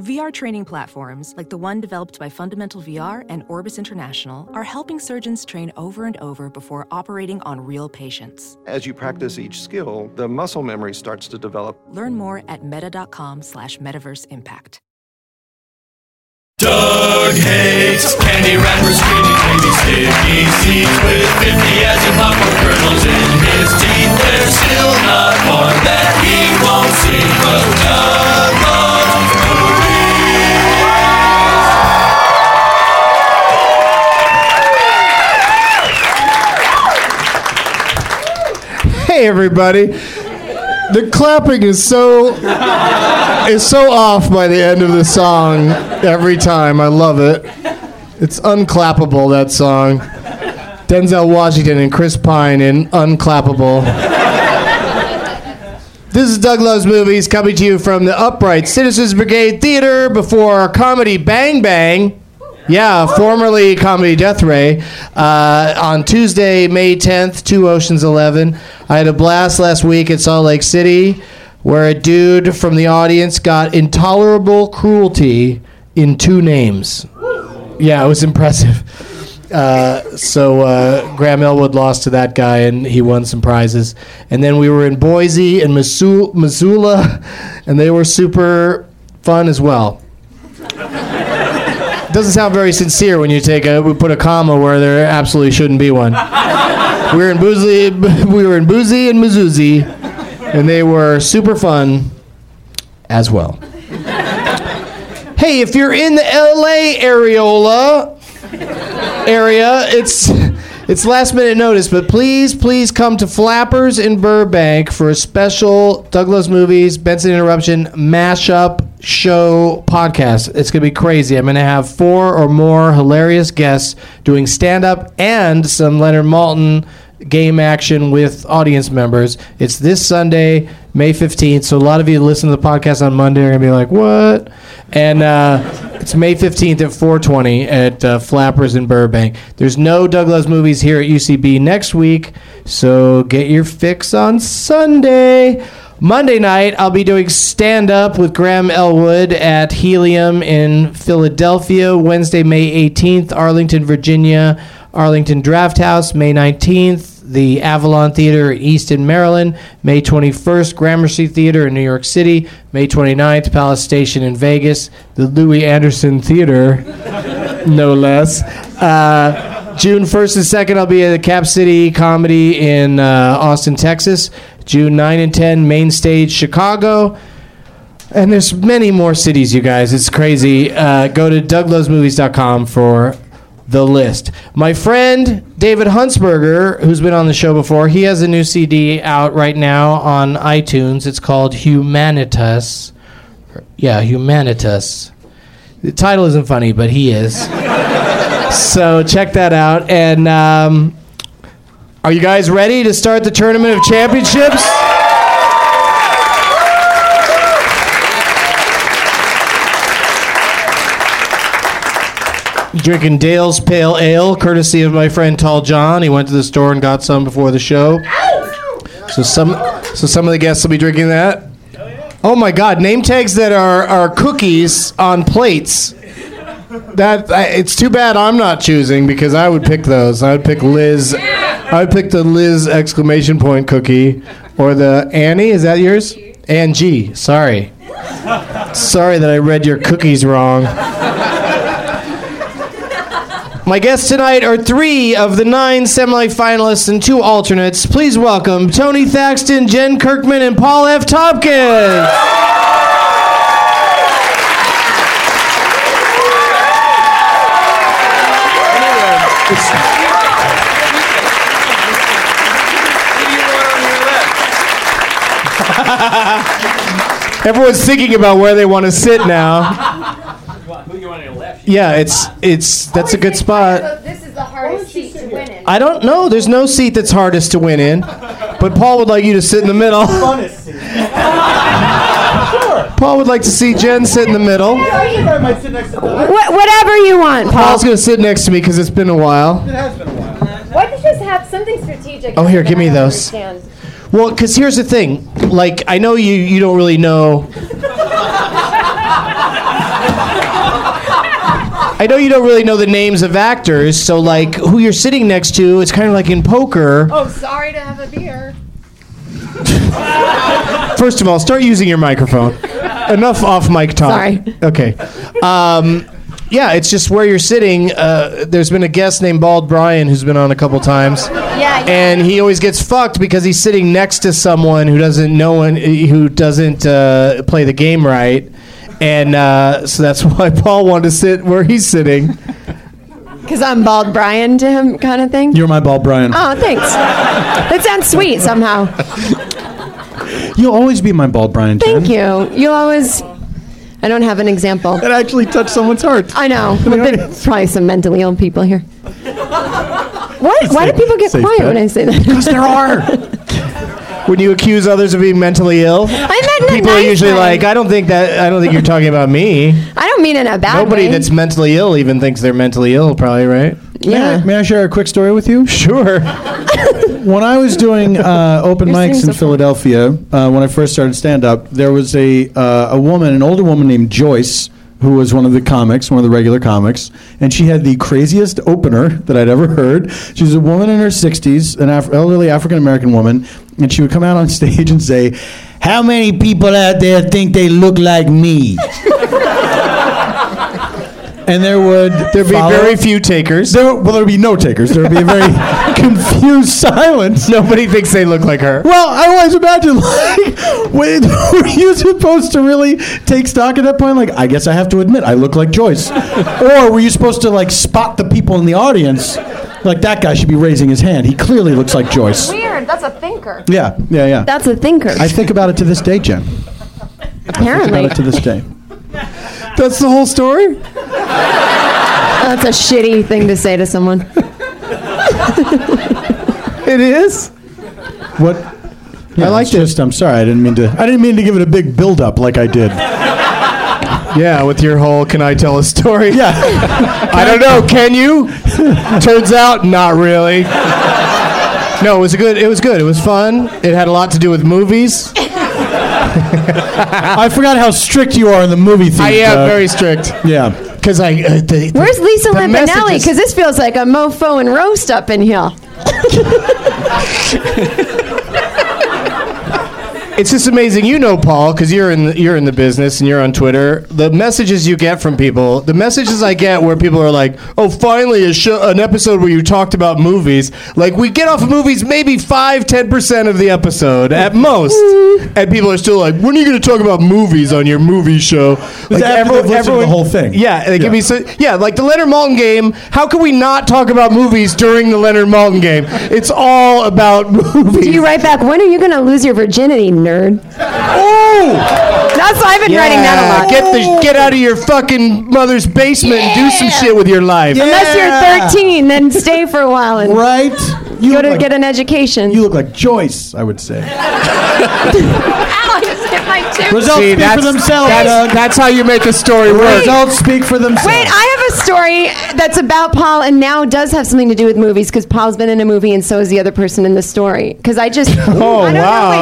VR training platforms like the one developed by Fundamental VR and Orbis International are helping surgeons train over and over before operating on real patients. As you practice each skill, the muscle memory starts to develop. Learn more at meta.com slash metaverse impact. Doug hates candy wrappers, creamy baby sticky seeds with 50 as he popcorn kernels in his teeth. There's still not one that he won't see, but Doug loves Hey everybody. The clapping is so is so off by the end of the song every time. I love it. It's unclappable that song. Denzel Washington and Chris Pine in Unclappable. This is Doug Loves Movies coming to you from the Upright Citizens Brigade Theater before our comedy Bang Bang. Yeah, formerly Comedy Death Ray. Uh, on Tuesday, May 10th, Two Oceans 11. I had a blast last week at Salt Lake City where a dude from the audience got intolerable cruelty in two names. Yeah, it was impressive. Uh, so uh, Graham Elwood lost to that guy, and he won some prizes. And then we were in Boise and Missoula, Missoula and they were super fun as well. Doesn't sound very sincere when you take a we put a comma where there absolutely shouldn't be one. we were in Boozy, we were in Boozy and Mizzouzi, and they were super fun as well. hey, if you're in the LA areola, area. It's it's last minute notice, but please, please come to Flappers in Burbank for a special Douglas Movies Benson Interruption mashup show podcast. It's gonna be crazy. I'm gonna have four or more hilarious guests doing stand up and some Leonard Malton game action with audience members. It's this Sunday, May 15th. So a lot of you listen to the podcast on Monday are going to be like, what? And uh, it's May 15th at 420 at uh, Flappers in Burbank. There's no Douglas movies here at UCB next week. So get your fix on Sunday. Monday night, I'll be doing stand up with Graham Elwood at Helium in Philadelphia. Wednesday, May 18th, Arlington, Virginia, Arlington Draft House. May 19th, the Avalon Theater at Easton, Maryland. May 21st, Gramercy Theater in New York City. May 29th, Palace Station in Vegas. The Louis Anderson Theater, no less. Uh, June 1st and 2nd, I'll be at the Cap City Comedy in uh, Austin, Texas. June 9 and 10, Main Stage, Chicago. And there's many more cities, you guys. It's crazy. Uh, go to douglovesmovies.com for the list. My friend David Huntsberger, who's been on the show before, he has a new CD out right now on iTunes. It's called Humanitas. Yeah, Humanitas. The title isn't funny, but he is. so check that out. And um, are you guys ready to start the Tournament of Championships? drinking Dale's Pale Ale, courtesy of my friend Tall John. He went to the store and got some before the show. So some, so some of the guests will be drinking that. Oh my God! Name tags that are are cookies on plates. That I, it's too bad I'm not choosing because I would pick those. I would pick Liz. I would pick the Liz exclamation point cookie or the Annie. Is that yours? Angie. Sorry. Sorry that I read your cookies wrong. My guests tonight are three of the nine semi-finalists and two alternates. Please welcome Tony Thaxton, Jen Kirkman, and Paul F. Tompkins. Everyone's thinking about where they want to sit now. Yeah, it's it's that's a good spot. This is the hardest seat to win in. I don't know. There's no seat that's hardest to win in. But Paul would like you to sit in the middle. Paul would like to see Jen sit in the middle. Wh- whatever you want, Paul's going to sit next to me because it's been a while. Why don't you just have something strategic? Oh, here, that give me I those. Understand. Well, because here's the thing. Like, I know you, you don't really know. I know you don't really know the names of actors, so, like, who you're sitting next to, it's kind of like in poker. Oh, sorry to have a beer. First of all, start using your microphone. Enough off mic talk. Sorry. Okay. Um, yeah, it's just where you're sitting. Uh, there's been a guest named Bald Brian who's been on a couple times. Yeah, yeah. And he always gets fucked because he's sitting next to someone who doesn't know one, who doesn't uh, play the game right. And uh, so that's why Paul wanted to sit where he's sitting. Because I'm bald Brian to him, kind of thing. You're my ball, Brian. oh, thanks. that sounds sweet somehow. You'll always be my ball, Brian. Jen. Thank you. You'll always. I don't have an example. That actually touched someone's heart. I know. But audience. probably some mentally ill people here. What? Why do people get safe quiet bet. when I say that? Because there are. When you accuse others of being mentally ill, I meant in a people are nice usually way. like, "I don't think that. I don't think you're talking about me." I don't mean in a bad Nobody way. that's mentally ill even thinks they're mentally ill, probably, right? yeah. May I share a quick story with you? Sure. When I was doing uh, open You're saying mics in so funny. Philadelphia, uh, when I first started stand up, there was a, uh, a woman, an older woman named Joyce, who was one of the comics, one of the regular comics, and she had the craziest opener that I'd ever heard. She was a woman in her 60s, an Af- elderly African American woman, and she would come out on stage and say, How many people out there think they look like me? And there would there There'd be very few takers. there, well, there would be no takers. There would be a very confused silence. Nobody thinks they look like her. Well, I always imagine, like, wait, were you supposed to really take stock at that point? Like, I guess I have to admit, I look like Joyce. or were you supposed to, like, spot the people in the audience? Like, that guy should be raising his hand. He clearly looks like Joyce. Weird. That's a thinker. Yeah, yeah, yeah. That's a thinker. I think about it to this day, Jen. About apparently. it to this day. That's the whole story? That's a shitty thing to say to someone. It is? What? I like like just. I'm sorry. I didn't mean to. I didn't mean to give it a big build up like I did. Yeah, with your whole can I tell a story? Yeah. I don't know, can you? Turns out not really. No, it was a good it was good. It was fun. It had a lot to do with movies. I forgot how strict you are in the movie theme. I am Doug. very strict Yeah. cuz Uh, I uh, the, Where's Lisa The message Lampanelli? is- Because this feels like a mofo and roast up in here. It's just amazing, you know, Paul, because you're in the, you're in the business and you're on Twitter. The messages you get from people, the messages I get where people are like, "Oh, finally, a show, an episode where you talked about movies." Like we get off of movies maybe five, ten percent of the episode at most, Mm-hmm. and people are still like, "When are you going to talk about movies on your movie show?" Like after they've listened to the whole thing. Yeah, they give Yeah. me so yeah, like the Leonard Maltin game. How can we not talk about movies during the Leonard Maltin game? It's all about movies. Do you write back, when are you going to lose your virginity, nerd? Oh! That's I've been writing that a lot. Get the get out of your fucking mother's basement and do some shit with your life. Unless you're 13, then stay for a while and Right? You go look to like, get an education. You look like Joyce, I would say. I just hit my tooth. Results See, speak that's, for themselves. that's, Doug. that's how you make a story work. Results speak for themselves. Wait, I have a story that's about Paul and now does have something to do with movies because Paul's been in a movie and so is the other person in the story. Because I just. Oh, I don't wow.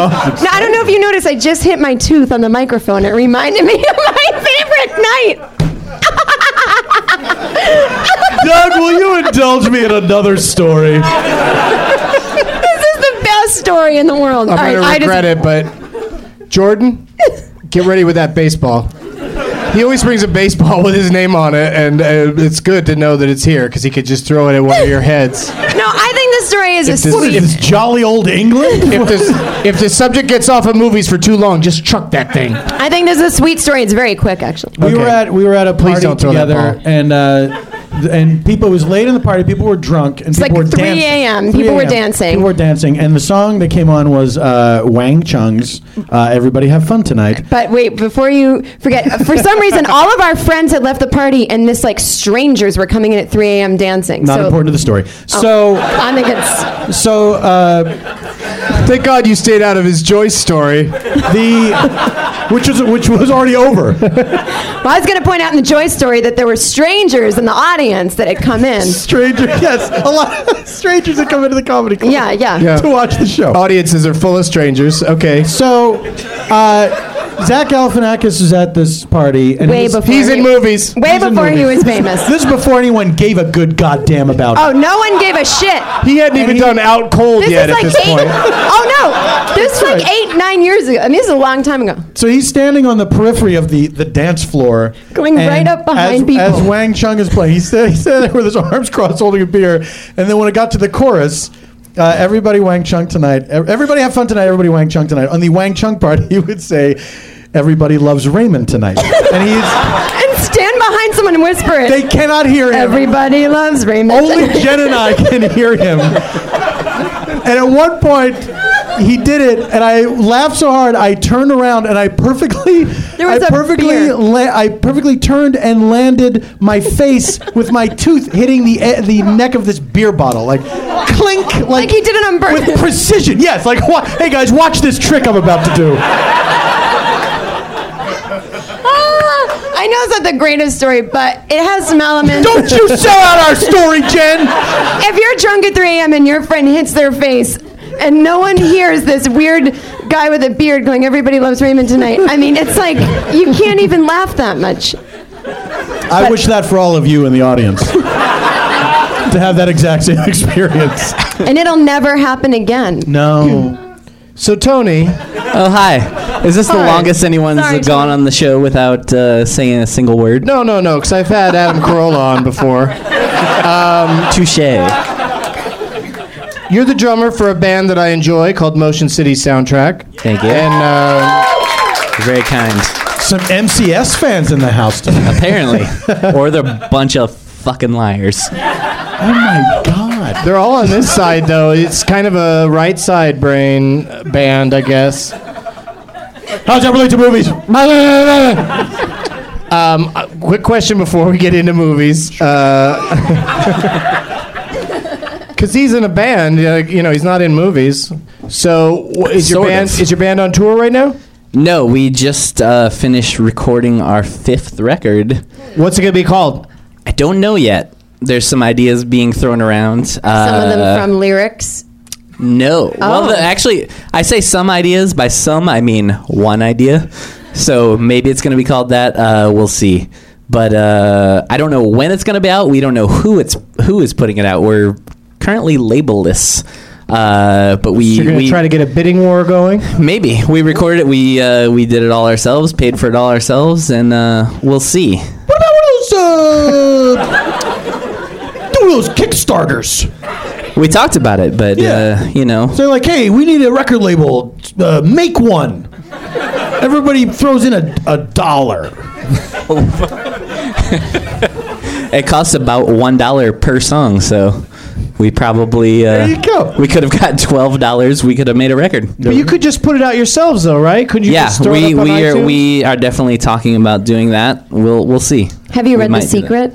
Know, wait, no, I don't know if you noticed, I just hit my tooth on the microphone. It reminded me of my favorite night. Doug, will you indulge me in another story? This is the best story in the world. I'm All gonna right, I just- regret it, but Jordan, get ready with that baseball. He always brings a baseball with his name on it, and uh, it's good to know that it's here because he could just throw it at one of your heads. No, I think the story is a this- What sweet. is this, jolly old England? If, this, if the subject gets off of movies for too long, just chuck that thing. I think this is a sweet story. It's very quick, actually. We Okay. were at we were at a party don't throw that together, ball. and uh, th- and people it was late in the party. People were drunk, and people like were 3 dancing. a.m., people were dancing. People were dancing, and the song that came on was uh, Wang Chung's uh, "Everybody Have Fun Tonight." But wait, before you forget, for some reason, all of our friends had left the party, and this like strangers were coming in at 3 a.m. dancing. Not so important to the story. I think it's So so uh, Thank God you stayed out of his Joyce story. the which was which was already over. Well, I was going to point out in the Joy story that there were strangers in the audience that had come in. Stranger, yes, a lot of strangers that come into the comedy club. Yeah, yeah. Yeah. to watch the show. Audiences are full of strangers. Okay. So, uh, Zach Galifianakis was at this party, and Way he's, before He's he, in movies. Way He's in before he was movies. famous. This is before anyone gave a good goddamn about Oh, it. no one gave a shit. He hadn't even done out cold This yet is at like this eight. point. Oh no, this is like eight, nine years ago. I mean, this is a long time ago. So he's standing on the periphery of the, the dance floor. Going and right up behind as, people. As Wang Chung is playing, he's standing, he's standing there with his arms crossed holding a beer. And then when it got to the chorus, uh, everybody Wang Chung tonight, ev- everybody have fun tonight, everybody Wang Chung tonight. On the Wang Chung part, he would say, everybody loves Raymond tonight. and he's, And stand behind someone and whisper it. they cannot hear him. Everybody loves Raymond. Only Jen and I can hear him. And at one point, he did it, and I laughed so hard I turned around and I perfectly, There was I a perfectly, beer. la- I perfectly turned and landed my face with my tooth hitting the e- the neck of this beer bottle, like clink, like, Like he did it on purpose. with precision. Yes, like wa- hey guys, watch this trick I'm about to do. Ah, I know it's not the greatest story, but it has some elements. Don't you sell out our story, Jen? If you're drunk at 3 a.m. and your friend hits their face, and no one hears this weird guy with a beard going, "Everybody loves Raymond tonight." I mean, it's like you can't even laugh that much. I wish that for all of you in the audience to have that exact same experience. And it'll never happen again. No. So Tony, Oh hi! Is this the Hi. longest anyone's Sorry, gone Tony. on the show without uh, saying a single word? no, no, no, because I've had Adam Carolla on before. Touche. You're the drummer for a band that I enjoy called Motion City Soundtrack. Thank you. And uh, Very kind. Some MCS fans in the house tonight. Apparently, or they're a bunch of fucking liars. Oh my God. they're all on this side though. It's kind of a right side brain band, I guess. How's that relate to movies? um, uh, quick question before we get into movies. Because he's in a band, uh, you know, he's not in movies. So wh- is your Sort band of. is your band on tour right now? No, we just uh, finished recording our fifth record. What's it gonna be called? I don't know yet. There's some ideas being thrown around. Uh, Some Some of them from lyrics. No. Well, Oh. the, actually, I say some ideas. By some, I mean one idea. So maybe it's going to be called that. Uh, we'll see. But uh, I don't know when it's going to be out. We don't know who it's who is putting it out. We're currently labelless. Uh, but we So you're gonna we try to get a bidding war going. Maybe we recorded it. We uh, we did it all ourselves, paid for it all ourselves, and uh, we'll see. What about one of those, uh, do those Kickstarters? We talked about it, but uh, you know, So they're like, hey, we need a record label. Uh, make one. Everybody throws in a, a dollar. it costs about one dollar per song, so we probably uh, There you go. We could have got twelve dollars. We could have made a record. But you could just put it out yourselves, though, right? Could you? yeah, just throw we it up on we are iTunes? we are definitely talking about doing that. We'll we'll see. Have you We read The might do that. Secret?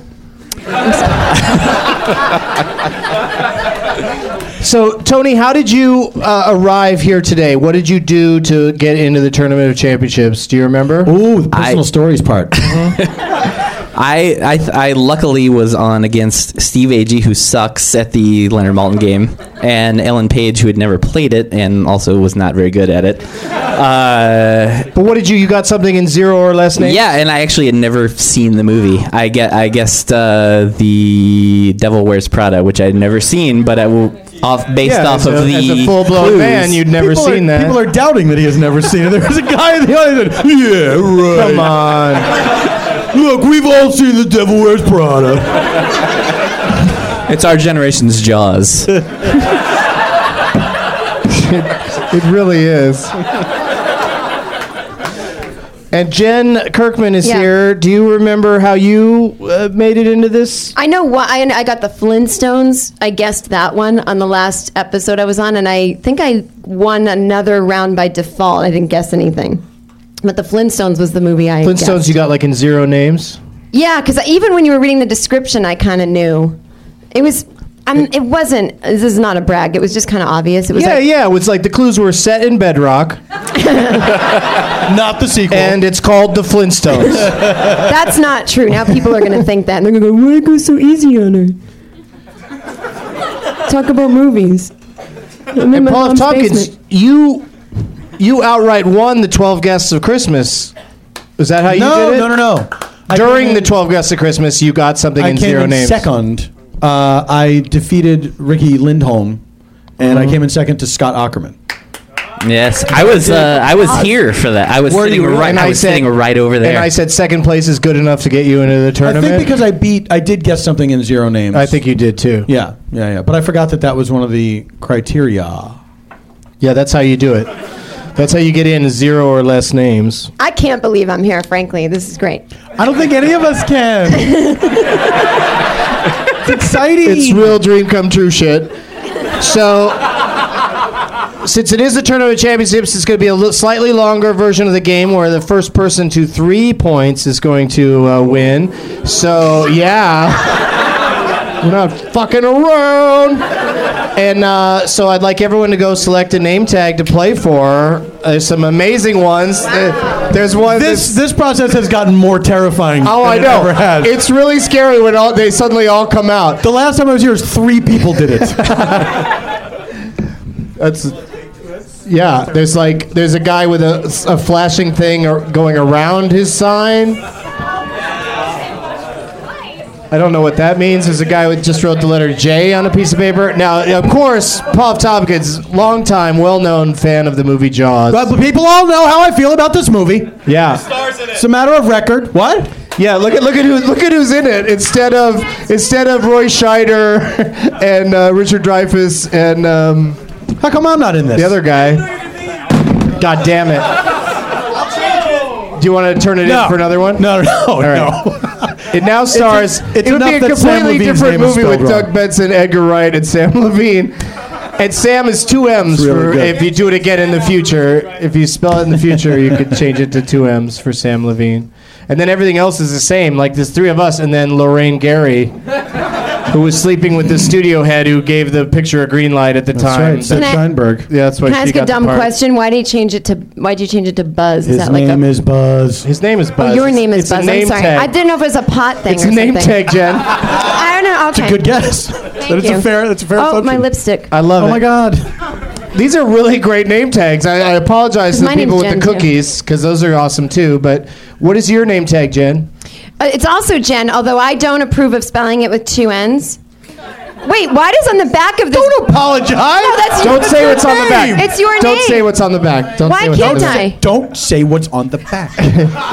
So, Tony, how did you uh, arrive here today? What did you do to get into the tournament of championships? Do you remember? Ooh, the personal stories part. I, I th- I luckily was on against Steve Agee, who sucks at the Leonard Malton game, and Ellen Page, who had never played it and also was not very good at it. Uh, But what did you? You got something in zero or less names? yeah, and I actually had never seen the movie. I get I guessed uh, the Devil Wears Prada, which I had never seen, but I will off based Yeah, off as of a- the as a full-blown clues. man, you'd never People are- seen that. People are doubting that he has never seen it. There's a guy in the audience. that, Yeah, right. Come on. Look, we've all seen The Devil Wears Prada. It's our generation's Jaws. It really is. And Jen Kirkman is Yeah. here. Do you remember how you uh, made it into this? I know what I, I got the Flintstones. I guessed that one on the last episode I was on, and I think I won another round by default. I didn't guess anything, but the Flintstones was the movie I Flintstones, guessed. you got like in zero names. Yeah, because even when you were reading the description, I kind of knew it was. I'm, it wasn't. This is not a brag. It was just kind of obvious. It was Yeah, like, yeah. It was like the clues were set in bedrock, Not the sequel. and it's called the Flintstones. That's not true. Now people are going to think that, and they're going to go, "Why go so easy on her?" Talk about movies. I'm in my Paul F. mom's Tompkins, basement. you you outright won the Twelve Guests of Christmas. Is that how you no, did it? no, no, no. I During came the in- Twelve Guests of Christmas, you got something I in came zero in names. second. Uh, I defeated Ricky Lindholm, Mm-hmm. and I came in second to Scott Ackerman. yes, I was uh, I was here for that. I was Were sitting you- right. and I was sitting right over there. And I said second place is good enough to get you into the I tournament. think because I beat, I did guess something in zero names. I think you did too. Yeah, yeah, yeah. But I forgot that that was one of the criteria. Yeah, that's how you do it. That's how you get in zero or less names. I can't believe I'm here. Frankly, this is great. I don't think any of us can. it's exciting. It's real dream come true shit. So, since it is the tournament of championships, it's going to be a li- slightly longer version of the game where the first person to three points is going to uh, win. So, yeah. We're not fucking around. And uh, so I'd like everyone to go select a name tag to play for. There's some amazing ones. Uh, There's one. this this process has gotten more terrifying. Oh, than I it know. ever has. It's really scary when all, they suddenly all come out. the last time I was here, was three people did it. That's yeah. There's like there's a guy with a, a flashing thing or going around his sign. I don't know what that means. There's a guy who just wrote the letter J on a piece of paper. Now, of course, Paul Tompkins, longtime, well-known fan of the movie Jaws. but people all know how I feel about this movie. yeah, It's a matter of record. What? yeah. Look at look at who look at who's in it. Instead of instead of Roy Scheider and uh, Richard Dreyfuss and. Um, How come I'm not in this? The other guy. God damn it. Do you want to turn it no. in for another one? No, no, no. right. no. It now stars. it's it would be enough a that Sam completely Levine's different name is movie with spelled wrong. Doug Benson, Edgar Wright, and Sam Levine. And Sam is two M's It's really for good. if you do it again in the future. If you spell it in the future, you could change it to two M's for Sam Levine. And then everything else is the same. Like there's three of us, and then Lorraine Gary, who was sleeping with the studio head who gave the picture a green light at the That's time. right. Seth Can I- Sheinberg. yeah, that's why Can she I ask got the a dumb part. question? Why did you change it to Why did you change it to Buzz? His like name a, is Buzz. His name is Buzz. Oh, your It's- name is it's a Buzz. I'm name sorry. Tag. I didn't know if it was a pot thing It's or a name something. tag, Jen. I don't know. Okay. Good guess. But it's you. a fair. It's a fair. oh, assumption. my lipstick. I love Oh it. my God. These are really great name tags. I, I apologize to the My name's people with Jen, the too. cookies because those are awesome too. But what is your name tag, Jen? Uh, It's also Jen, although I don't approve of spelling it with two N's. Wait, why does on the back of this? Don't apologize. No, that's Don't your say what's on the name. back. It's your Don't name. say what's on the back. Don't Why say what's on can't the I? back. Don't say what's on the back.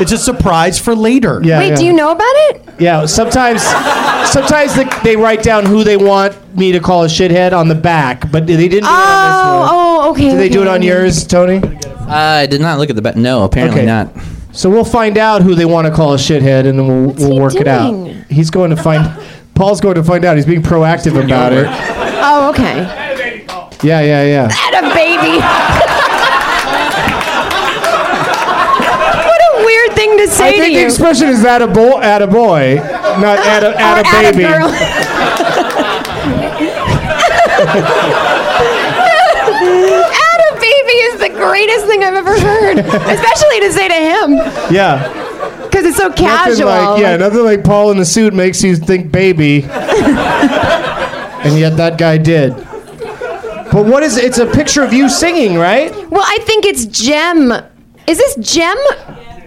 it's a surprise for later. Yeah, Wait, yeah. do you know about it? Yeah, sometimes, sometimes the, they write down who they want me to call a shithead on the back, but they didn't do it on this one. Oh, oh, okay. Did they do it okay, on okay. yours, Tony? Uh, I did not look at the back. No, apparently Okay. not. So we'll find out who they want to call a shithead, and then we'll, we'll he work it out. doing? He's going to find. Paul's going to find out. He's being proactive about it. Oh, okay. Yeah, yeah, yeah. Had a baby. what a weird thing to say I think to the you. expression is at a boy, at a boy, not at a, Or at a atta baby. girl. Atta baby is the greatest thing I've ever heard, especially to say to him Yeah. because it's so Nothing casual. like yeah, nothing like Paul in the suit makes you think baby, and yet that guy did. But what is? It's a picture of you singing, right? Well, I think it's Gem. Is this Gem?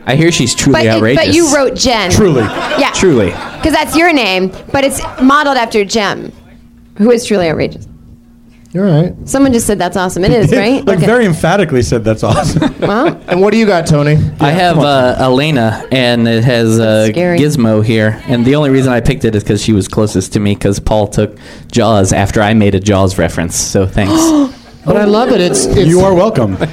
I hear she's But, truly it- outrageous. but you wrote Jen. Truly. Yeah. Truly. Because that's your name, but it's modeled after Gem, who is truly outrageous. You're right. Someone just said that's awesome. It is, right? like Okay. very emphatically said that's awesome. Well, And what do you got, Tony? I have uh, Elena, and it has uh, scary. Gizmo here. And the only reason I picked it is because she was closest to me, because Paul took Jaws after I made a Jaws reference. So thanks. But I love it. It's, it's you are welcome.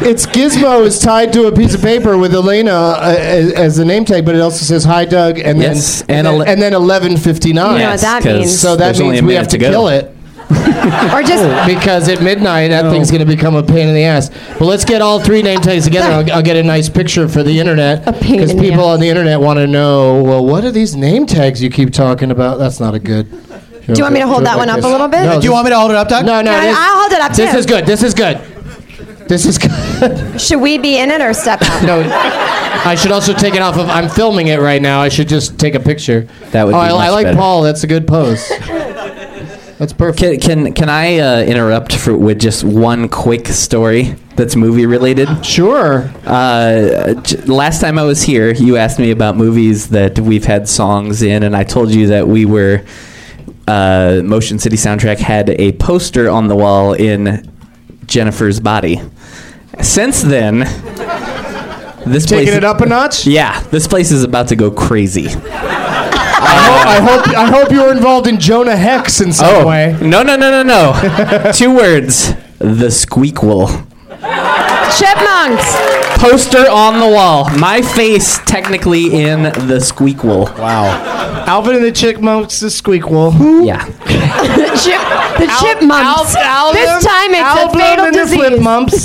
It's Gizmo is tied to a piece of paper with Elena uh, as, as the name tag, but it also says "Hi, Doug," and Yes, then and and, ele- then- and then eleven fifty nine. You know what that 'cause means. So that there's only means a we minute have to, go. kill it or just because at midnight that thing's going to become a pain in the ass. But let's get all three name tags together. I'll, I'll get a nice picture for the internet pain because in the people ass. on the internet want to know. Well, what are these name tags you keep talking about? That's not a good. Do you want me to hold that one up a little bit? Do Do you want me to hold it up, Doc? No, no. No, this- I'll hold it up, This too. is good. This is good. This is good. should we be in it or step out? No, I should also take it off of. I'm filming it right now. I should just take a picture. That would Oh, be I, I much like better. Paul. That's a good pose. That's perfect. Can, can, can I uh, interrupt for, with just one quick story that's movie related? Sure. Uh, j- last time I was here, you asked me about movies that we've had songs in, and I told you that we were uh, Motion City Soundtrack had a poster on the wall in Jennifer's body. Since then, this place Taking it up a notch. Yeah, this place is about to go crazy. I hope I hope you were involved in Jonah Hex in some Oh. way. no no no no no! Two words: the squeakquel. Chipmunks. Poster on the wall. My face technically in the squeakquel. Wow. Alvin and the Chickmunks, the Squeakquel. Yeah. Chip, the chipmunks. this time it's a fatal and the Flip disease. Mumps.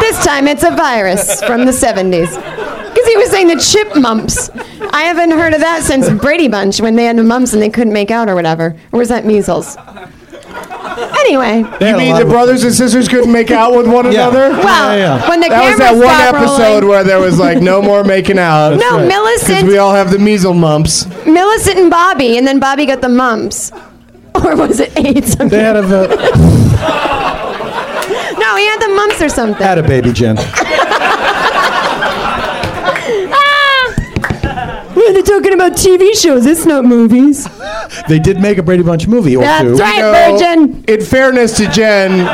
This time it's a virus from the 70s. Because he was saying the chipmunks. I haven't heard of that since Brady Bunch when they had the mumps and they couldn't make out or whatever. Or was that measles? Anyway, You mean the brothers and sisters couldn't make out with one Yeah. another? well, yeah, yeah. when the That camera was that one stopped episode rolling, where there was like no more making out. No, right. Millicent- Because we all have the measles mumps. Millicent and Bobby, and then Bobby got the mumps. Or was it AIDS? They had a uh, the- No, he had the mumps or something. had a baby, Jen. Well, they're Ah! talking about TV shows. It's not movies. They did make a Brady Bunch movie or That's two. right, No, Virgin. In fairness to Jen,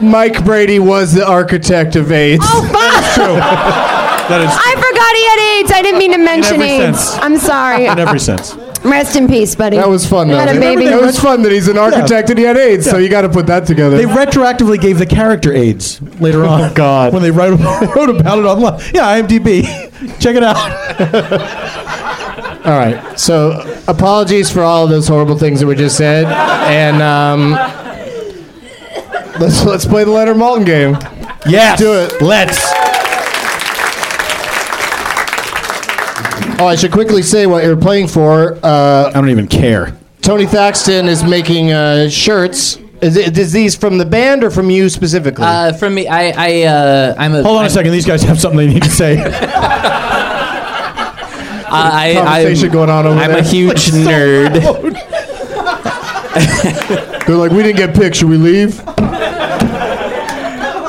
Mike Brady was the architect of AIDS. Oh, fuck! That is I forgot he had AIDS. I didn't mean to mention every AIDS. sense. I'm sorry. in every sense. Rest in peace, buddy. That was fun, He though. had a baby. That was fun that he's an architect and he had AIDS, so Yeah. you got to put that together. They retroactively gave the character AIDS later on. Oh, God. When they wrote, wrote about it online. Yeah, IMDb. Check it out. all right. So, apologies for all of those horrible things that were just said, and um, let's let's play the Leonard Malton game. Yes. Do it. Let's. Oh, I should quickly say what you're playing for. Uh, I don't even care. Tony Thaxton is making uh, shirts. Is, it, is these from the band or from you specifically? Uh, from me, I, I, uh, I'm a. Hold on a second. These guys have something they need to say. uh, I, I, Conversation I'm, going on over I'm there. a huge nerd. They're like, we didn't get picked. Should we leave?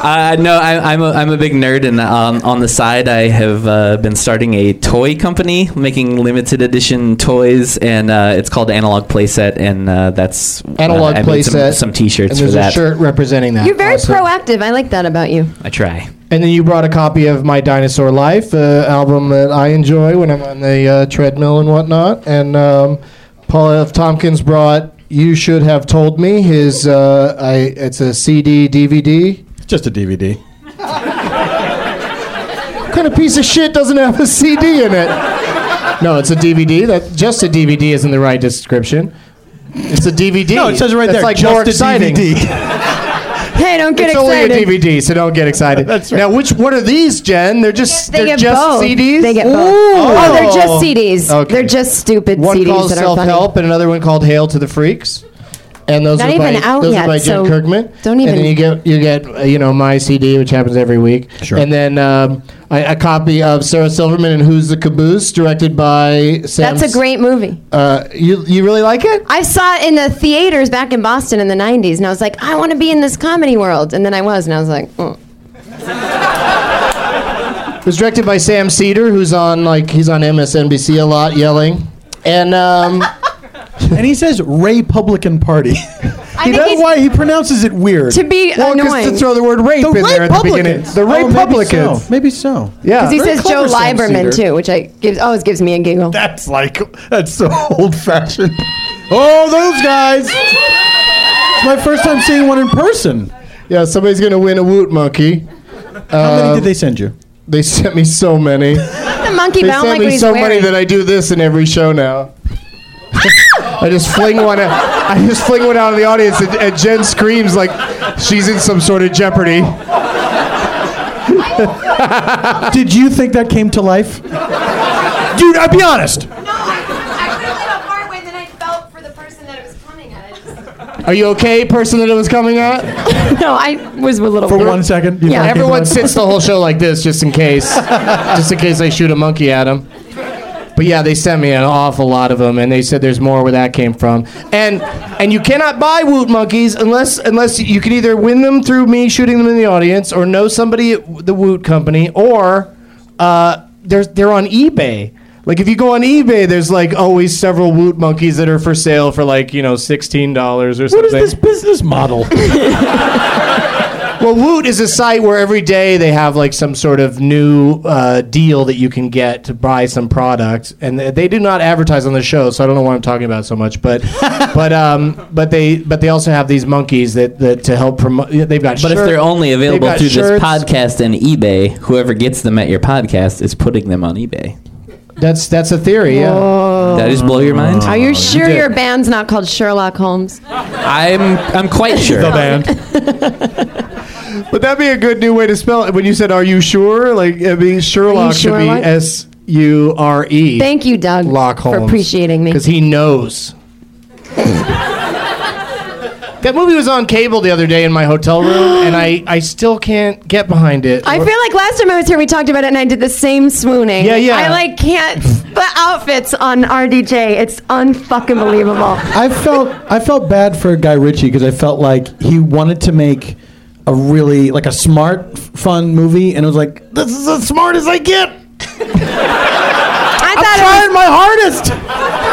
Uh, no, I, I'm, a, I'm a big nerd, and um, on the side, I have uh, been starting a toy company, making limited edition toys, and uh, it's called Analog Playset, and uh, that's Analog I made some- Playset, Some, T-shirts and for there's that. a shirt representing that. You're very also. proactive. I like that about you. I try. And then you brought a copy of My Dinosaur Life, uh, album that I enjoy when I'm on the uh, treadmill and whatnot. And um, Paul F. Tompkins brought You Should Have Told Me. His uh, I, it's a CD DVD. Just a DVD. What kind of piece of shit doesn't have a CD in it? No, it's a DVD. That just a DVD isn't the right description. It's a DVD. No, it says it right That's there. Like just more a exciting. DVD. Hey, don't get it's excited. only a DVD, so don't get excited. That's right. Now, which what are these, Jen? They're just They are get just both. CDs. They get both. Ooh. Oh, they're just CDs. Okay. They're just stupid One CDs called that are Self funny. Help and another one called Hail to the Freaks. And those Not are by, even out those yet, are by so Jen Kirkman. don't even- And then you get you get uh, you know my CD, which happens every week. Sure. And then um, a, a copy of Sarah Silverman and Who's the Caboose, directed by Sam. That's a great movie. Uh, you you really like it? I saw it in the theaters back in Boston in the 90s, and I was like, I want to be in this comedy world. And then I was, and I was like, oh. It was directed by Sam Cedar, who's on like he's on MSNBC a lot, yelling. And um, and he says Republican Party. think That's he's- why he pronounces it weird. to be well, 'cause annoying. to throw the word rape the in there at the beginning, Republicans. the Oh, maybe Republicans. so. Maybe so. Yeah, Because he Very says Joe clever, Sam Lieberman, Cedar. too, which I gives, always gives me a giggle. That's like that's so old fashioned. Oh, those guys! It's my first time seeing one in person. yeah. Somebody's gonna win a Woot Monkey. How Uh, many did they send you? They sent me so many. They the monkey sent bound like what me he's so wearing. many that I do this in every show now. I just fling one out. I just fling one out in the audience, and, and Jen screams like she's in some sort of jeopardy. Did you think that came to life? Dude, I'll be honest. Are you okay, person that it was coming at? no, I was a little For weird. one second. you Yeah. know, I came to Everyone life. sits the whole show like this just in case, just in case I shoot a monkey at them. But yeah, they sent me an awful lot of them, and they said there's more where that came from. And and you cannot buy woot monkeys unless unless you can either win them through me shooting them in the audience, or know somebody at the woot company, or uh, they're they're on eBay. Like if you go on eBay, there's like always several woot monkeys that are for sale for like you know sixteen dollars or What something. is this business model? Well, Woot is a site where every day they have like some sort of new uh, deal that you can get to buy some product, and th- they do not advertise on the show, so I don't know why I'm talking about it so much. But, but, um, but they, but they also have these monkeys that, that to help promote. yeah, They've got. But if shirt- they're only they've available got through this shirts. podcast and eBay, whoever gets them at your podcast is putting them on eBay. that's that's a theory. Yeah. Did I just blow your mind? Oh. Are you sure did. your band's not called Sherlock Holmes? I'm I'm quite sure. Would that be a good new way to spell it? When you said, "Are you sure?" Like, I mean, Sherlock should be Sherlock? S U R E. Thank you, Doug, Lock for Holmes. appreciating me. because he knows. that movie was on cable the other day in my hotel room, and I, I still can't get behind it. I feel like last time I was here, we talked about it, and I did the same swooning. Yeah, yeah. I like can't. the outfits on RDJ, it's unfucking believable. I felt I felt bad for Guy Ritchie because I felt like he wanted to make a really like a smart, f- fun movie, and it was like this is as smart as I get. I I'm thought trying my hardest. it was,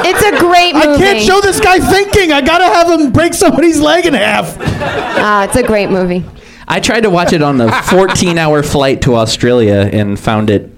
it's a great movie. I can't show this guy thinking. I gotta have him break somebody's leg in half. Ah, it's a great movie. I tried to watch it on a 14 hour flight to Australia and found it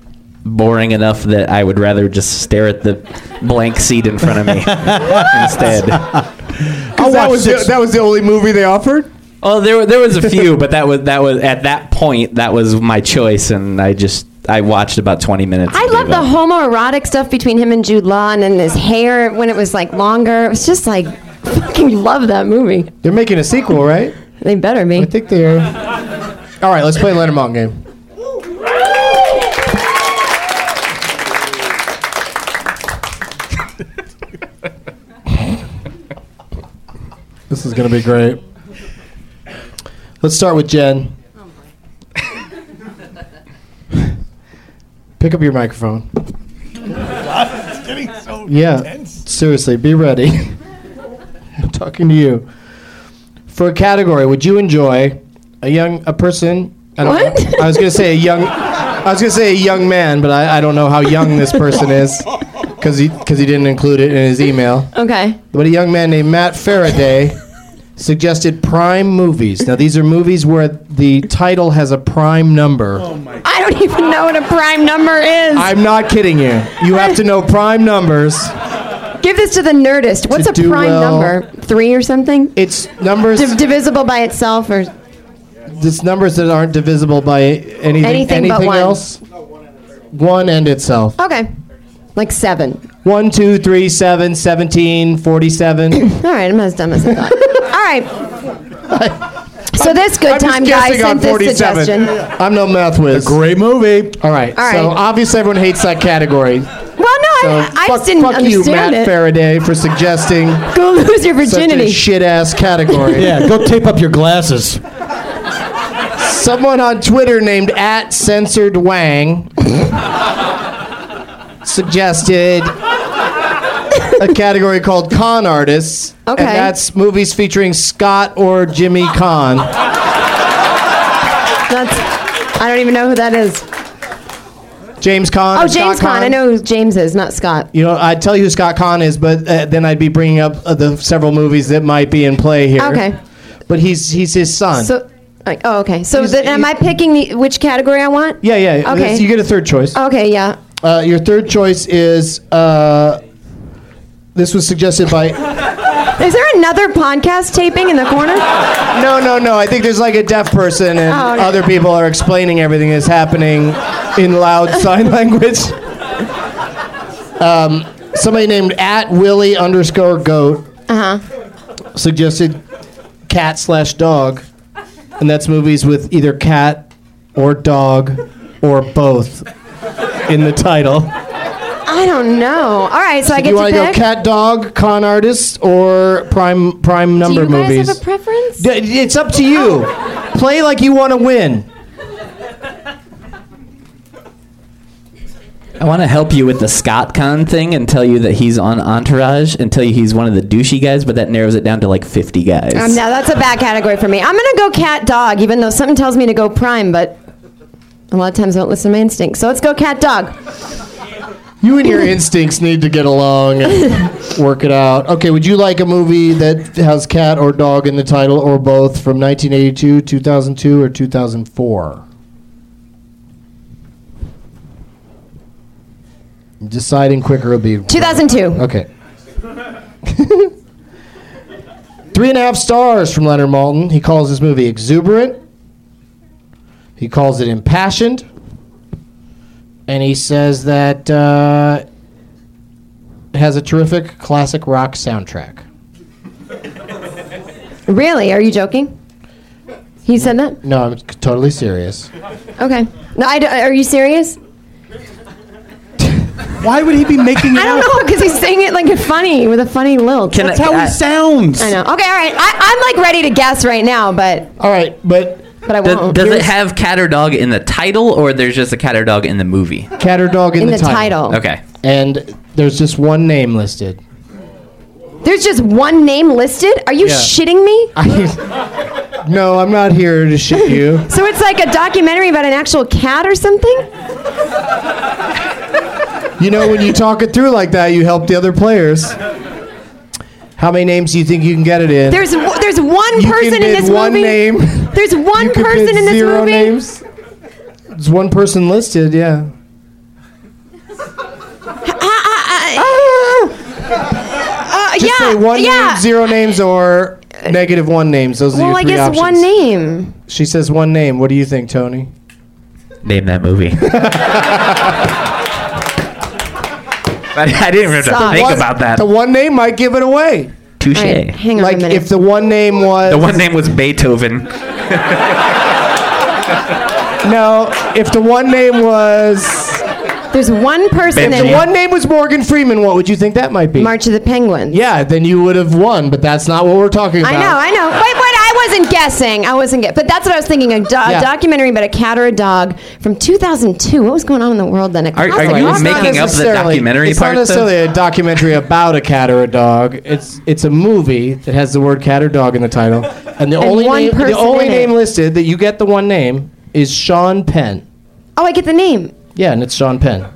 boring enough that I would rather just stare at the blank seat in front of me instead. I'll that watch was the, this. that was the only movie they offered. Oh, there were there was a few, but that was that was at that point that was my choice, and I just I watched about 20 minutes. I and love gave the up. homoerotic stuff between him and Jude Law, and then his hair when it was like longer. It was just like fucking love that movie. They're making a sequel, right? They better be. I think they are. All right, let's play Leonard Mount game. this is gonna be great. Let's start with Jen. Pick up your microphone. yeah, seriously, be ready. I'm talking to you for a category would you enjoy a young a person I don't What? know. I was gonna say a young. I was gonna say a young man, but I, I don't know how young this person is, because he because he didn't include it in his email. Okay. But a young man named Matt Faraday suggested prime movies. Now these are movies where the title has a prime number. I don't even know what a prime number is. I'm not kidding you. You have to know prime numbers. Give this to the nerdist. What's a do prime well- number? Three or something? It's numbers. Div- divisible by itself or It's numbers that aren't divisible by anything. Anything but one. else? One and itself. okay, like seven. One, two, three, seven, seventeen, forty-seven. All right, I'm as dumb as I thought. All right. So this good I'm just time guy guessing on sent this 47. suggestion. I'm no math whiz. Great movie. All right. All So right. obviously everyone hates that category. Well, no, So I, I fuck, just didn't fuck you, understand Matt it. Faraday, for suggesting Go lose your such a virginity. shit ass category. Yeah, go tape up your glasses. Someone on Twitter named at censored Wang suggested a category called con artists. Okay. And that's movies featuring Scott or Jimmy Con. That's, I don't even know who that is. James Con. Oh, James Con. Con. I know who James is, not Scott. You know, I'd tell you who Scott Kahn is, but uh, then I'd be bringing up uh, the several movies that might be in play here. Okay. But he's he's his son. So, like, oh, okay. So He's- then, am he- I picking the, which category I want? yeah, yeah. Okay. Oh. You get a third choice. Okay, yeah. Uh, your third choice is uh, this was suggested by Is there another podcast taping in the corner? no, no, no. I think there's like a deaf person and Oh, okay. other people are explaining everything that's happening in loud sign language. Um, somebody named at Willie underscore goat Uh huh. suggested cat slash dog, and that's movies with either cat or dog or both in the title. I don't know. All right, so I Do get you to want to go pick. cat dog, con artist, or prime prime Do number you guys movies? have a preference? D- It's up to you. Play like you want to win. I want to help you with the Scott Con thing and tell you that he's on Entourage and tell you he's one of the douchey guys, but that narrows it down to like 50 guys. Um, no, that's a bad category for me. I'm gonna go cat dog, even though something tells me to go prime, but a lot of times I don't listen to my instincts. So let's go cat dog. You and your instincts need to get along and work it out. Okay, would you like a movie that has cat or dog in the title or both from 1982, 2002, or 2004? Deciding quicker will be 2002. Okay. Three and a half stars from Leonard Malton. He calls this movie exuberant. He calls it impassioned. And he says that uh, it has a terrific classic rock soundtrack. Really? Are you joking? He said that? No, I'm c- totally serious. Okay. No, I don't- are you serious? Why would he be making it I don't up? know because he's saying it like a funny with a funny lilt. Can That's how I- he sounds. I know. Okay, all right. I, I'm like ready to guess right now, but All right, but but I Does, won't. does it Here's- have cat or dog in the title, or there's just a cat or dog in the movie? cat or dog in, in the title? Okay. And there's just one name listed. There's just one name listed. Are you Yeah. shitting me? I- no, I'm not here to shit you. So it's like a documentary about an actual cat or something? You know, when you talk it through like that, you help the other players. How many names do you think you can get it in? There's w- there's one you person can in bid this one movie. name. There's one You can person bid in this zero movie. names. There's one person listed. Yeah. Eh. Uh, Ah! Just yeah, say one yeah. name, zero names, or negative one names. Those are Well, your I three guess options. one name. She says one name. What do you think, Tony? Name that movie. I, I didn't even have to Stop. think One- about that. The one name might give it away. Touche. All right, hang on Like a minute. if the one name was The one name was Beethoven. no, if the one name was there's one person Benji. in the it. one name was Morgan Freeman, what would you think that might be? March of the Penguins. Yeah, then you would have won, but that's not what we're talking about. I know, I know. Wait, wait, I wasn't guessing. I wasn't guessing. But that's what I was thinking. A, do- a Yeah. documentary about a cat or a dog from 2002. What was going on in the world then? A Are- are classic you rock It's not making song. up the necessarily- documentary it's not part, though? necessarily a documentary about a cat or a dog. It's it's a movie that has the word cat or dog in the title, and the only one name, the person only in name it. listed that you get the one name is Sean Penn. Oh, I get the name. Yeah, and it's Sean Penn.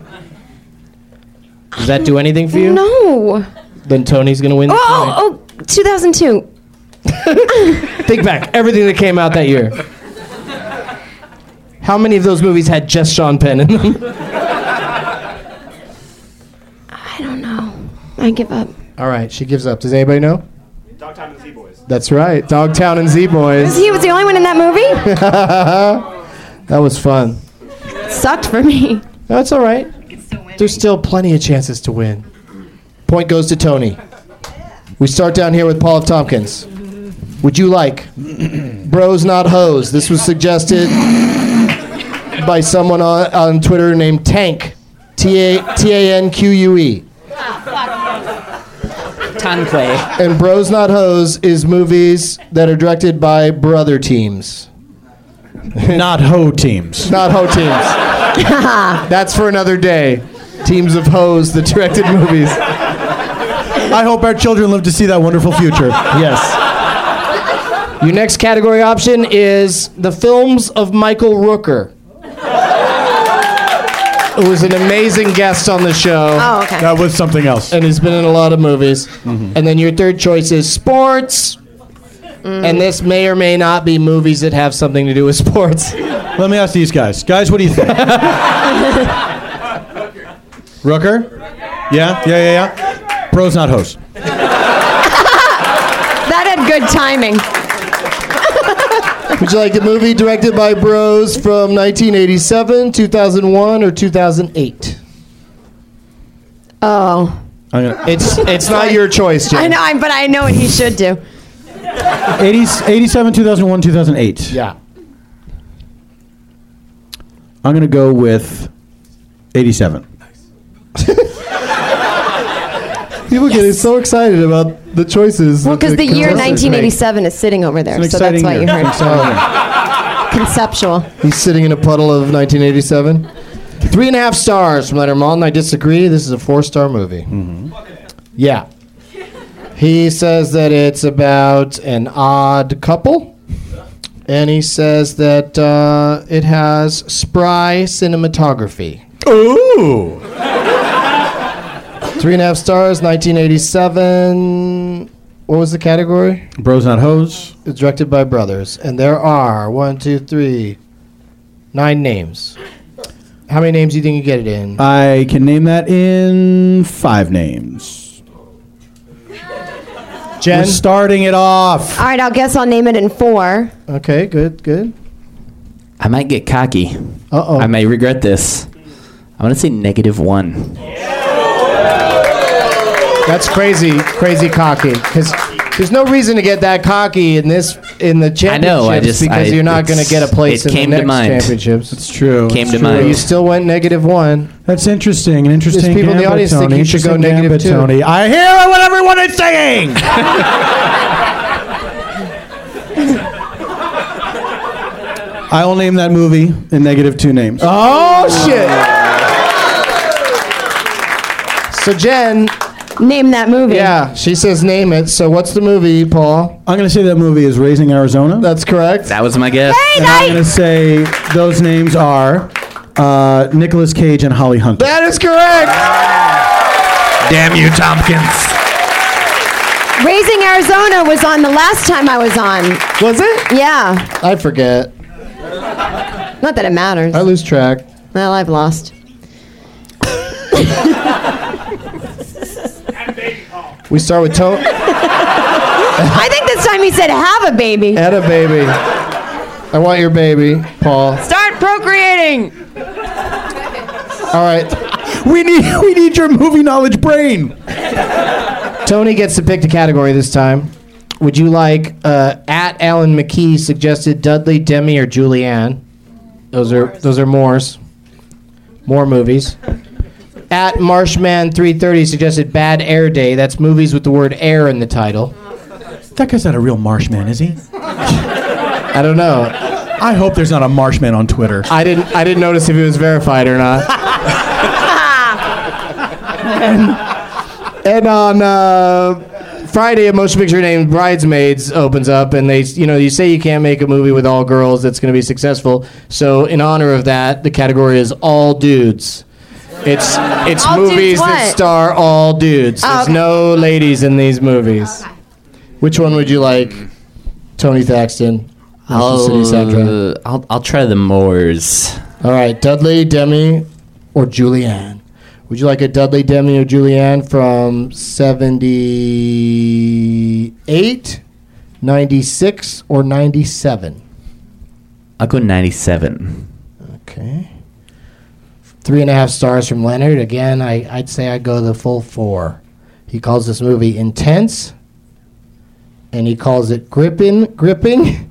Does that do anything for you? No. Then Tony's gonna win. the Tony. Oh, oh, 2002. Think back, everything that came out that year. How many of those movies had just Sean Penn in them? I don't know. I give up. All right, she gives up. Does anybody know? That's right, Dogtown and Z Boys. He was the only one in that movie. That was fun. Sucked for me. That's all right. There's still plenty of chances to win. Point goes to Tony. We start down here with Paul F. Tompkins. Would you like Bros Not Hoes? This was suggested by someone on, on Twitter named Tank. T A T A N Q U E. Tanque. And Bros Not Hoes is movies that are directed by brother teams, Not hoe teams. not hoe teams. That's for another day. Teams of hoes that directed movies. I hope our children live to see that wonderful future. Yes. Your next category option is the films of Michael Rooker, who was an amazing guest on the show Oh, okay. That was something else. and has been in a lot of movies. And then your third choice is sports. Mm. And this may or may not be movies that have something to do with sports. Let me ask these guys. Guys, what do you think? Rooker? Yeah, yeah, yeah, yeah. Bros, not hoes. That had good timing. Would you like a movie directed by bros from 1987, 2001, or 2008? Oh. I'm gonna, It's it's not your choice, Jim. I know, I, but I know what he should do. 80s 87, 2001, 2008. Yeah. I'm going to go with 87. People getting so excited about the choices. Well, because the year contestants make. 1987 is sitting over there, It's so an that's exciting why year. you It's an heard exciting year. conceptual. He's sitting in a puddle of 1987. Three and a half stars from Leonard Maltin. I disagree. This is a four-star movie. Mm-hmm. Yeah. He says that it's about an odd couple, and he says that uh, it has spry cinematography. Ooh. Three and a half stars, 1987. What was the category? Bros, not hoes. It's directed by brothers, and there are one, two, three, nine names. How many names do you think you get it in? I can name that in five names. We're Jen. starting it off. All right, I'll guess I'll name it in four. Okay, good, good. I might get cocky. Uh oh. I may regret this. I'm gonna say negative one. That's crazy, crazy cocky. Because there's no reason to get that cocky in this in the championships I know, I just- because I- you're not going to it's- get a place it in came the to next mind. championships. It's True. Came It's to true. mind. You still went negative one. That's interesting. An interesting. people in the gambit, audience think Tony. you should go Interesting negative gambit, too. Tony. I hear what everyone is saying. I will name that movie in negative two names. Uh, Oh shit. So Jen, Name that movie. yeah, she says name it. So what's the movie, Paul? I'm going to say that movie is Raising Arizona. That's correct. That was my guess. Hey, and I'm night. going to say those names are uh, Nicolas Cage and Holly Hunter. That is correct. Damn you, Tompkins. Raising Arizona was on the last time I was on. Was it? Yeah. I forget. Not that it matters. I lose track. Well, I've lost. We start with Tony. I think this time he said, have a baby. Add a baby. I want your baby, Paul. Start procreating. All right. We need we need your movie knowledge brain. Tony gets to pick the category this time. Would you like uh, at Alan McKee suggested Dudley, Demi, or Julianne? Those are those are Moores. More movies. At Marshman330 suggested Bad Air Day. That's movies with the word air in the title. That guy's not a real marshman, is he? I don't know. I hope there's not a marshman on Twitter. I didn't I didn't notice if it was verified or not. and, and on uh, Friday, a motion picture named Bridesmaids opens up, and they, you know, you say you can't make a movie with all girls that's going to be successful. So, in honor of that, the category is all dudes. It's it's All dudes movies that what? star all dudes. Oh, There's okay. no ladies in these movies. Which one would you like, Tony Thaxton? Ocean City soundtrack. I'll, Oh, uh, I'll, I'll try the Moors. All right, Dudley, Demi, or Julianne. Would you like a Dudley, Demi, or Julianne from 78, 96, or 97? I'll go 97. Okay. Three and a half stars from Leonard. Again, I, I'd say I go the full four. He calls this movie intense, and he calls it gripping, gripping,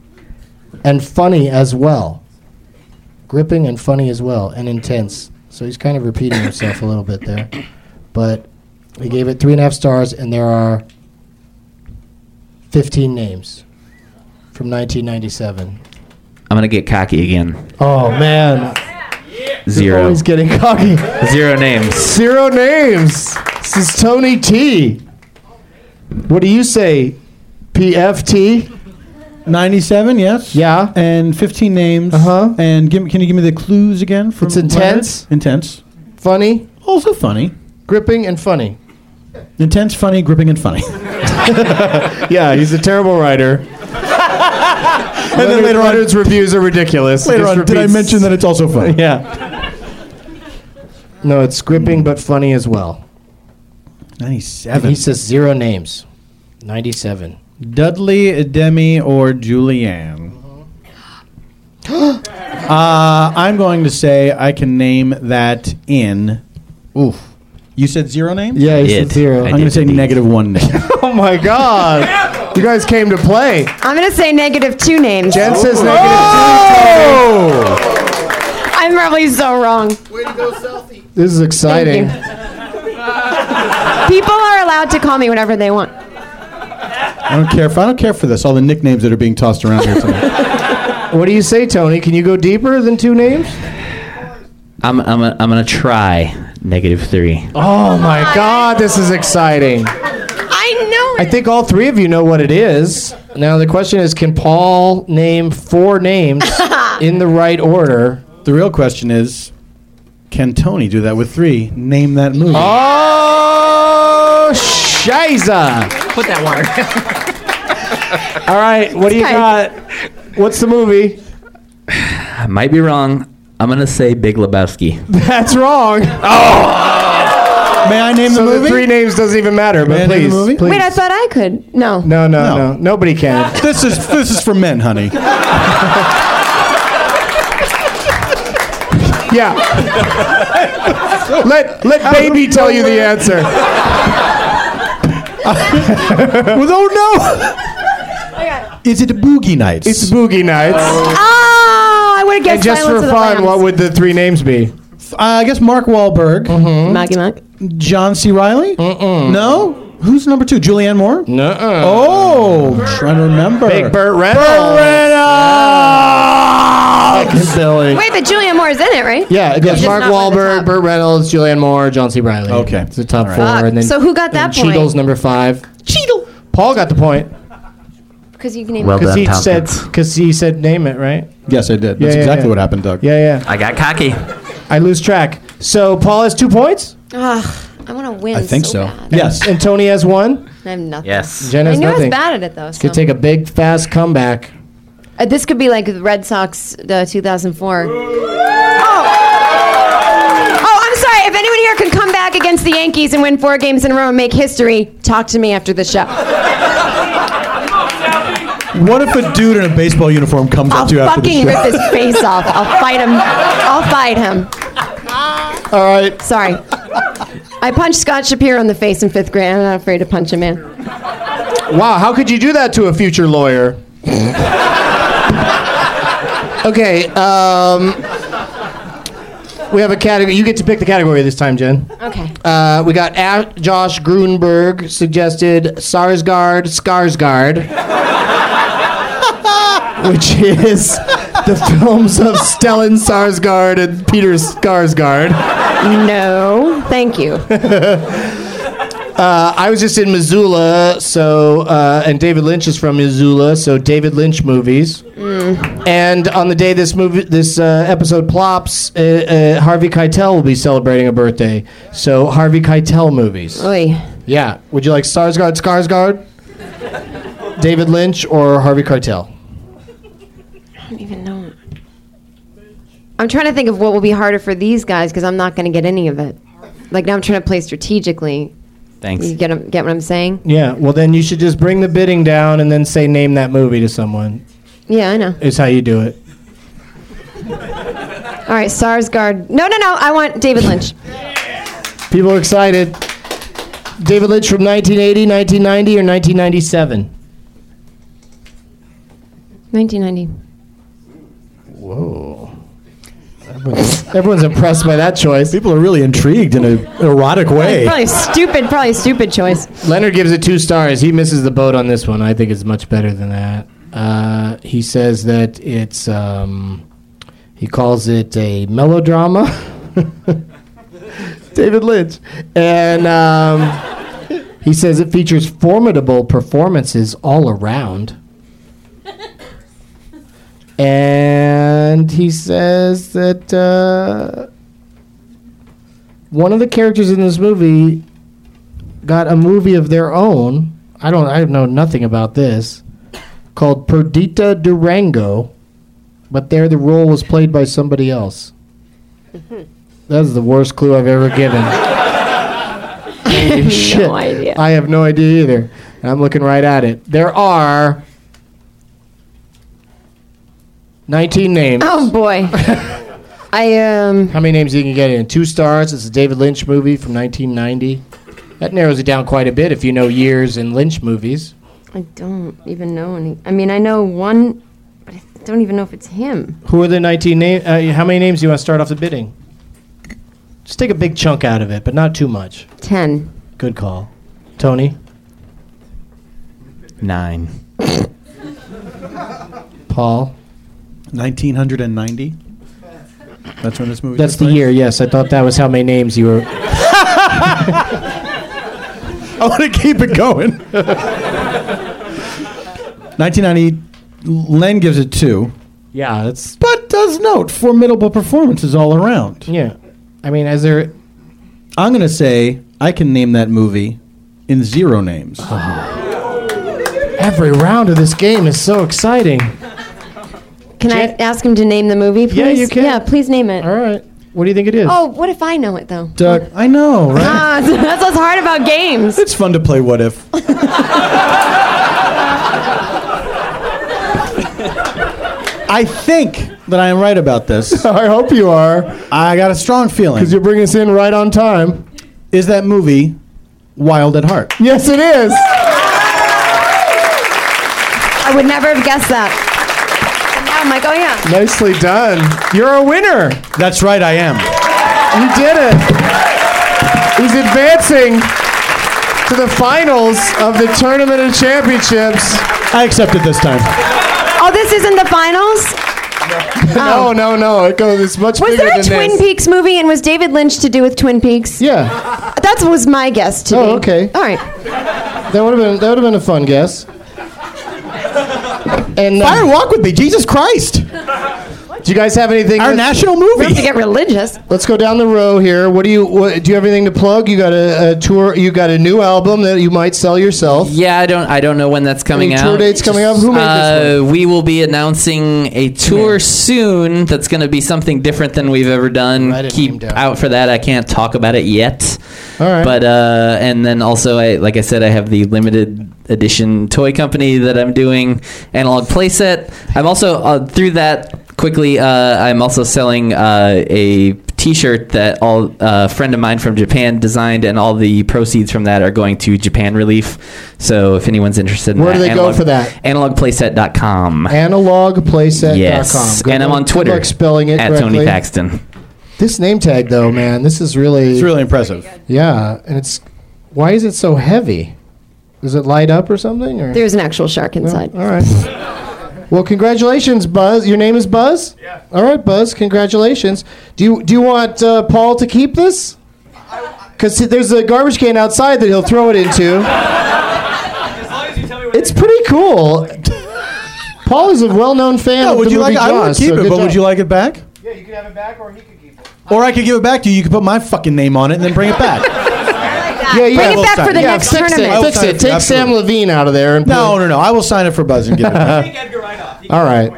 and funny as well. Gripping and funny as well, and intense. So he's kind of repeating himself a little bit there. But he gave it three and a half stars, and there are 15 names from 1997. I'm going to get cocky again. Oh, man. Zero. Always Oh, getting cocky. Zero names. Zero names. This is Tony T. What do you say? PFT? 97, yes. Yeah. And 15 names. Uh-huh. And give, me- can you give me the clues again? From It's intense. Leonard? Intense. Funny, Also funny. gripping, and funny. Intense, funny, gripping, and funny. and Yeah, he's a terrible writer. then later on, Leonard's reviews are ridiculous. He later just on Uh, did I repeats- mention that it's also funny? Yeah. No, it's gripping but funny as well. 97. He says zero names. 97. Dudley, Demi, or Julianne? uh, I'm going to say I can name that in. Oof. You said zero names? Yeah, he did. said zero. I'm I going to did say indeed. negative one name. Oh my god. You guys came to play. I'm going to say negative two names. Jen says Oh. negative two. I'm probably so wrong. This is exciting. Thank People are allowed to call me whatever they want. I don't care. If, I don't care for this. All the nicknames that are being tossed around here tonight. What do you say, Tony? Can you go deeper than two names? I'm, I'm, gonna- I'm going to try negative three. Oh my God, this is exciting. I know I it. think all three of you know what it is. Now, the question is can Paul name four names in the right order? the real question is, can Tony do that with three? Name that movie. Ah! Oh, shiza. Put that water. All right, what do you Okay. got? What's the movie? I might be wrong. I'm going to say Big Lebowski. That's wrong. May I name so the movie? the three names doesn't even matter, but Man in the please. movie? please. Wait, I thought I could. No. no, no, no, No. Nobody can. this is this is for men, honey. Yeah. let let baby tell you the answer. oh no! is it Boogie Nights? It's Boogie Nights. Oh, I would have guessed and just for Silence of the fun, what Lambs. would the three names be? Uh, I guess Mark Wahlberg, Mm-hmm. Maggie Mac. John C. Riley. No, who's number two? Julianne Moore. No. Oh, trying to remember. Big Burt Reynolds. Reynolds. Billy. Wait, but Julian Moore is in it, right? Yeah, it goes Just Mark not by the Wahlberg, top. Burt Reynolds, Julianne Moore, John C. Riley. Okay. it's the top All right. four, Fuck. and then So who got then that point? Cheadle's number five. Cheadle. Paul got the point Because you can name Well because done, he said Tompkins. because he said name it right. Yes, I did. That's yeah, exactly yeah. what happened, Doug. Yeah, yeah. I got cocky. I lose track. So Paul has two points, Ugh, I want to win. I think so. so. bad. Yes. and Tony has one. I have nothing. Yes. Jen I has knew I was nothing. bad at it though. So. Could take a big fast comeback. Uh, this could be like the Red Sox the 2004. Oh. Oh, I'm sorry. If anyone here can come back against the Yankees and win four games in a row and make history, talk to me after the show. What if a dude in a baseball uniform comes I'll up to you after fucking the rip show? his face off. I'll fight him. I'll fight him. All right. Sorry. I punched Scott Shapiro in the face in fifth grade. I'm not afraid to punch a man. Wow, how could you do that to a future lawyer? okay, um, we have a category. You get to pick the category this time, Jen. Okay. Uh, we got at Josh Grunberg suggested Sarsgaard Skarsgard, which is the films of Stellan Sarsgaard and Peter Skarsgård. No, thank you. Uh, I was just in Missoula, so uh, and David Lynch is from Missoula, so David Lynch movies. And on the day this movie, this uh, episode plops, uh, uh, Harvey Keitel will be celebrating a birthday. So Harvey Keitel movies. Oy. Yeah. Would you like Sarsgaard, Skarsgård, David Lynch, or Harvey Keitel? I don't even know. I'm trying to think of what will be harder for these guys because I'm not going to get any of it. Like now I'm trying to play strategically. Thanks. You get, get what I'm saying? Yeah. Well, then you should just bring the bidding down and then say name that movie to someone. Yeah, I know. Is how you do it. All right, Sarsgaard. No, no, no. I want David Lynch. People are excited. David Lynch from 1980, 1990, or 1997. 1990. Whoa. Oh. Everyone's impressed by that choice. People are really intrigued in an erotic way. Probably stupid. Probably stupid choice. Leonard gives it two stars. He misses the boat on this one. I think it's much better than that. Uh, he says that it's, um, he calls it a melodrama. David Lynch. And um, he says it features formidable performances all around. And he says that uh, one of the characters in this movie got a movie of their own. I don't. I know nothing about this. Called Perdita Durango, but there the role was played by somebody else. That is the worst clue I've ever given. Holy shit. idea. I have no idea either. And I'm looking right at it. There are 19 names. Oh boy. I um. How many names you can get in? Two stars. It's a David Lynch movie from 1990. That narrows it down quite a bit if you know years in Lynch movies. I don't even know any. I mean, I know one, but I don't even know if it's him. Who are the 19 names? Uh, how many names do you want to start off the bidding? Just take a big chunk out of it, but not too much. Ten. Good call, Tony. Nine. Paul. 1990. That's when this movie. That's took the place? year. Yes, I thought that was how many names you were. I want to keep it going. 1990. Len gives it two, Yeah, that's but does note formidable performances all around. yeah. I mean, as there I'm gonna say I can name that movie in zero names. Ah. every round of this game is so exciting. Jan- Can I ask him to name the movie, please? Yeah, you can. Yeah, please name it. All right, what do you think it is? Oh, what if I know it though? Duck. I know, right? Ah, that's what's hard about games. It's fun to play what if. I think that I am right about this. I hope you are, I got a strong feeling. because you bring us in right on time. Is that movie Wild at Heart? Yes, it is. I would never have guessed that. And now I'm like, oh yeah. Nicely done. You're a winner. That's right, I am. You did it. He's advancing to the finals of the Tournament of Championships. I accept it this time. Oh, this isn't the finals. No, no, no. It goes. It's much Was bigger there a than Twin this. Peaks movie, and was David Lynch to do with Twin Peaks? Yeah, That was my guess to Oh, be. okay. All right. that would have been that would have been a fun guess. And Fire uh, Walk with Me, Jesus Christ! do you guys have anything? Our let's, national We have to movie. get religious. let's go down the row here. What do you what, do? You have anything to plug? You got a, a tour. You got a new album that you might sell yourself. Yeah, I don't. I don't know when that's coming Any out. tour dates coming up? Who made this Uh, we will be announcing a tour soon. That's going to be something different than we've ever Write done. it Keep down. out for that. I can't talk about it yet. All right. But uh, and then also, I like I said, I have the limited edition toy company that I'm doing analog playset. I'm also uh, through that quickly. Uh, I'm also selling uh, a T-shirt that all uh, a friend of mine from Japan designed, and all the proceeds from that are going to Japan Relief. So if anyone's interested, in Where do that, they go for that? Analogplayset.com. Analogplayset.com. Yes, Good and I'm luck- on good Twitter luck spelling it at correctly. Tony Paxton. This name tag, though, man, this is really, It's really impressive. yeah, and it's why is it so heavy? Does it light up or something? Or There's an actual shark inside. all right. Well, congratulations, Buzz. Your name is Buzz. Yeah. All right, Buzz. Congratulations. Do you do you want uh, Paul to keep this? Because there's a garbage can outside that he'll throw it into. It's pretty cool. Paul is a well-known fan. No, of would the you movie like? I would Jaws, keep so it, good but job. would you like it back? Yeah, you could have it back, or he could keep it. Or I could give it back to you. You could put my fucking name on it and then bring it back. Yeah, yeah. Bring it back for the yeah, next fix tournament. It, fix Outside, it. Take Sam absolutely. Levine out of there and no, no, no. I will sign it for Buzz and give it Uh, back. All right.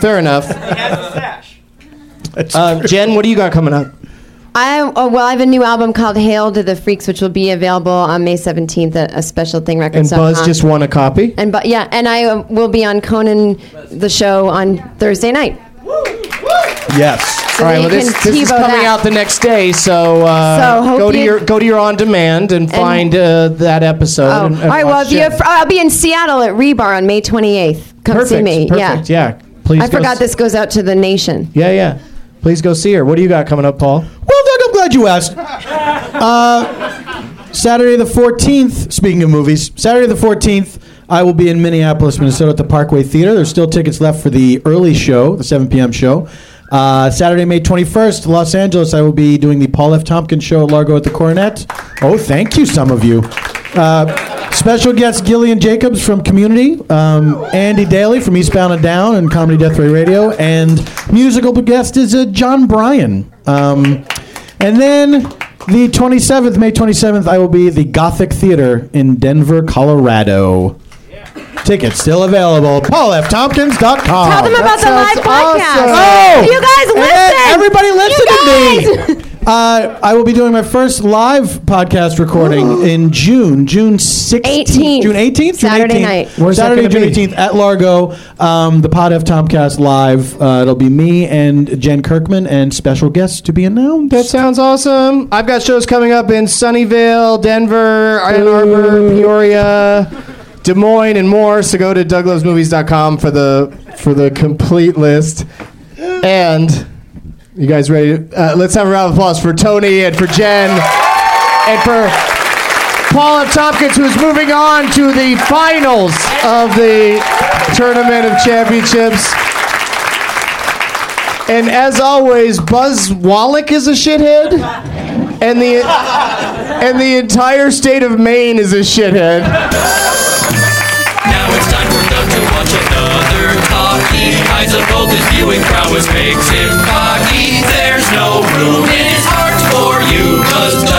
Fair enough. Uh, Jen, what do you got coming up? I oh, well, I have a new album called "Hail to the Freaks," which will be available on May seventeenth at a special thing And records. Buzz just won a copy. And but yeah, and I uh, will be on Conan the show on Thursday night. Yes. So All right. Well, then you this, can this is TiVo coming that. out the next day, so, uh, So hope go to you- your go to your on demand and, find uh, that episode. Oh, and, and all right. Well, watch if you it. have, I'll be in Seattle at Rebar on May twenty eighth. Come perfect, see me. Perfect. yeah. Yeah. Please. I go forgot s- this goes out to the nation. Yeah, yeah. Please go see her. What do you got coming up, Paul? Well, Doug, I'm glad you asked. Uh, Saturday the 14th, speaking of movies, Saturday the 14th, I will be in Minneapolis, Minnesota at the Parkway Theater. There's still tickets left for the early show, the 7 p.m. show. Uh, Saturday, May 21st, Los Angeles, I will be doing the Paul F. Tompkins show at Largo at the Coronet. Oh, thank you, some of you. Uh, special guest Gillian Jacobs from Community, um, Andy Daly from Eastbound and Down and Comedy Death Ray Radio, and musical guest is uh, John Bryan. Um, and then the 27th, May 27th, I will be at the Gothic Theater in Denver, Colorado. Tickets still available. PaulFTompkins.com. Tell them about the live podcast. Oh! You guys And listen. everybody You listen to me. Uh, I will be doing my first live podcast recording in June, June 16th. 18th. June 18th? June Saturday 18th. night. Where's that Saturday, gonna June be? 18th at Largo. Um, the Pod F Tomcast live. Uh, it'll be me and Jen Kirkman and special guests to be announced. That sounds awesome. I've got shows coming up in Sunnyvale, Denver, Ann Arbor, Peoria, Des Moines, and more. So go to douglovesmovies.com for the for the complete list. And you guys ready? to- Uh, let's have a round of applause for Tony and for Jen and for Paul F. Tompkins, who is moving on to the finals of the Tournament of Championships. And as always, Buzz Wallach is a shithead, and the and the entire state of Maine is a shithead. Now it's time for Doug to watch another talkie. I suppose his viewing prowess makes him cocky. There's no room in his heart for you, cause Doug